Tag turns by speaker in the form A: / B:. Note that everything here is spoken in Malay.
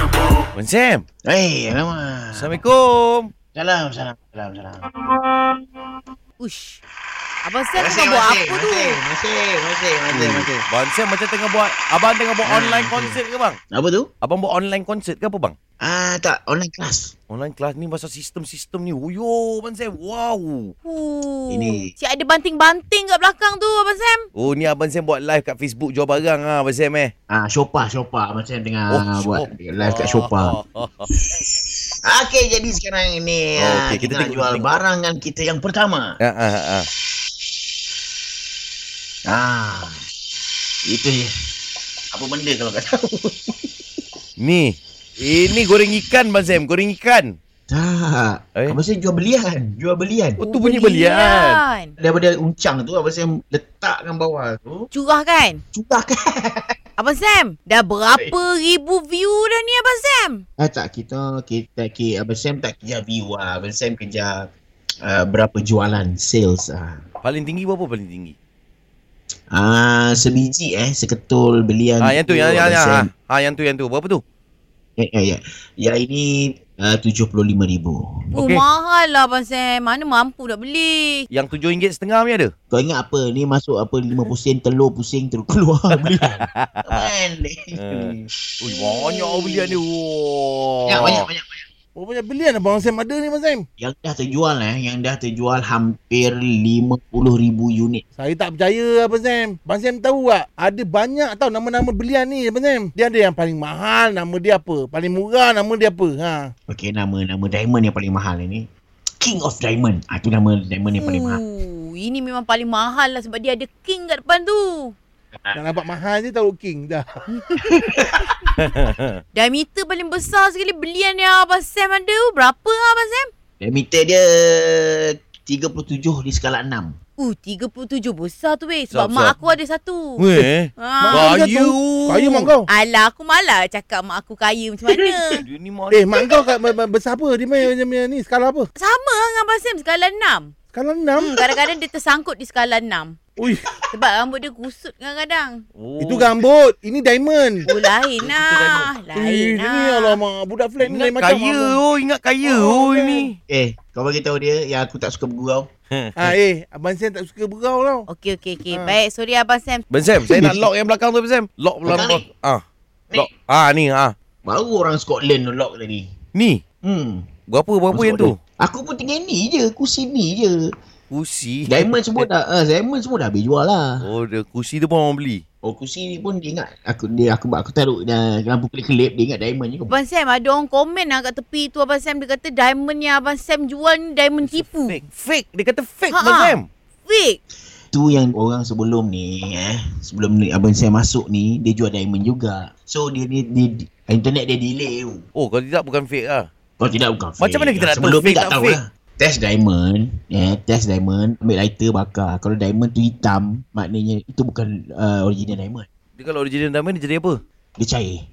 A: Abang Sam.
B: Eh, alamak.
A: Assalamualaikum.
B: Salam, salam, salam, salam.
C: Ush. Abang Sam tengah buat apa tu?
B: masih, masih, masih, masih, masih.
A: Abang Sam macam tengah buat Abang tengah buat
B: Ah,
A: online
B: okey.
A: concert ke bang?
B: Apa tu?
A: Abang buat online concert ke apa bang?
B: Ah, tak. Online class.
A: Online kelas ni pasal sistem-sistem ni. Oh, yo, Abang Sam. Wow.
C: Huh.
B: Ini.
C: Cik ada banting-banting kat belakang tu Abang Sam.
A: Oh, ni Abang Sam buat live kat Facebook jual barang ah, Abang Sam eh.
B: Ah, Shopa, Shopa. Macam tengah
A: Oh,
B: oh, buat
A: Shopa.
B: live kat Shopa.
A: Oh, oh, oh.
B: Okey, jadi sekarang ini
A: Oh,
B: ah,
A: okey,
B: kita,
A: kita
B: nak
A: tengok,
B: jual
A: tengok.
B: barangan kita yang pertama.
A: Ah, ah, ah.
B: Ah. Itu je. Apa benda kalau kau tahu?
A: Ni. Ini goreng ikan Abang Sam, goreng ikan.
B: Tak.
A: Eh?
B: Abang Sam jual belian. Jual belian.
A: Oh, tu bunyi belian.
C: kan.
B: Daripada uncang tu Abang Sam letakkan bawah tu.
C: Curah kan?
B: Cuba kan?
C: Abang Sam, dah berapa ribu view dah ni Abang Sam?
B: Ah, tak kita kita ki Abang Sam tak kejar view ah. Abang Sam kejar uh, berapa jualan sales ah.
A: Paling tinggi berapa paling tinggi?
B: Ah sebiji eh seketul belian.
A: Ah, yang tu, yang yang
B: Abang
A: yang.
B: Sam.
A: ah. Ah, yang tu, yang tu. Berapa tu?
B: Ya ya ya. Ya ini uh, 75,000.
C: Oh,
A: Okey.
C: mahal lah Abang Sam. Mana mampu nak beli?
A: Yang RM7.5 ni ada?
B: Kau ingat apa? Ni masuk apa 5 pusing telur pusing terus keluar belian. Balik.
A: Ui, banyak belian dia. Wah.
B: Banyak, banyak, banyak.
D: Berapa banyak belian Abang Sam ada ni Abang Sam?
B: Yang dah terjual eh, yang dah terjual hampir 50,000 unit.
D: Saya tak percaya Abang Sam. Abang Sam tahu tak? Ada banyak tau nama-nama belian ni Abang Sam. Dia ada yang paling mahal nama dia apa? Paling murah nama dia apa? Ha.
B: Okey, nama-nama diamond yang paling mahal ini. King of Diamond. Ah, tu nama diamond yang paling mahal.
C: Uh, ini memang paling mahal lah sebab dia ada king kat depan tu.
D: Yang nampak mahal je tahu king dah.
C: Diameter paling besar sekali belian yang Abang Sam ada tu. Berapa lah Abang Sam?
B: Diameter dia 37 di skala 6.
C: Uh, 37 besar tu weh. Sebab
A: Besar, besar.
C: mak aku ada satu.
A: Weh. eh?
C: Ha.
D: Mak
A: Kayu.
D: dia tu. Kaya mak kau.
C: Alah, aku malah cakap mak aku kaya macam mana.
A: Dia ni mak
D: Eh, mak kau kat ma- ma- besar apa? Dia main macam ni skala apa?
C: Sama lah dengan Abang Sam skala 6.
D: Skala 6.
C: Hmm, kadang-kadang dia tersangkut di skala 6.
D: Ui,
C: Sebab rambut dia kusut kadang-kadang.
A: Oh.
D: itu gambut. Ini diamond.
C: Oh, lain lah.
D: Eh,
C: Lain
D: ini
C: lah.
D: alamak budak flat ni
A: Ingat
D: lain macam.
A: kaya
D: Abang.
A: oh, ingat kaya oh,
D: Oh, kan.
A: ini.
B: Eh, kau bagi tahu dia yang aku tak suka bergurau.
D: Ah, eh, Abang Sam tak suka berau tau.
C: Okey, okey, okey.
D: Ha.
C: Baik, sorry Abang Sam.
A: Ben Sam, saya nak lock yang belakang tu Ben Sam. Lock belakang.
B: Belakang
A: belakang. Ah.
B: Ni.
A: Lock. Ah ni ah.
B: Baru orang Scotland lock tadi.
A: Ni.
B: Hmm.
A: Berapa berapa
B: Masuk
A: yang tu?
B: Aku pun tinggal ni je, aku sini je.
A: Kursi.
B: Diamond
A: eh.
B: semua dah, uh, diamond semua dah habis jual lah.
A: Oh, dia kursi tu pun orang beli.
B: Oh, kursi ni pun dia ingat aku dia aku aku taruh dah lampu kelip-kelip dia ingat diamond je.
C: Abang Sam, ada orang komen lah kat tepi tu Abang Sam. Dia kata diamond yang Abang Sam jual ni diamond tipu.
A: Fake. Fake. Dia kata fake
C: Ha,
A: Ben
C: ha.
A: Sam.
C: Fake.
B: Tu yang orang sebelum ni eh, sebelum ni abang saya masuk ni dia jual diamond juga. So dia ni dia, internet dia delay tu.
A: Oh, kalau tidak bukan fake ah.
B: Kalau tidak bukan fake.
A: Macam mana kita nak tahu
B: Sebelum ni
A: fake
B: tak
A: tak
B: tahu
A: fake?
B: lah. Test diamond, eh, test diamond, ambil lighter bakar. Kalau diamond tu hitam, maknanya itu bukan uh, original diamond.
A: Dia kalau original diamond dia jadi apa?
B: Dia cair.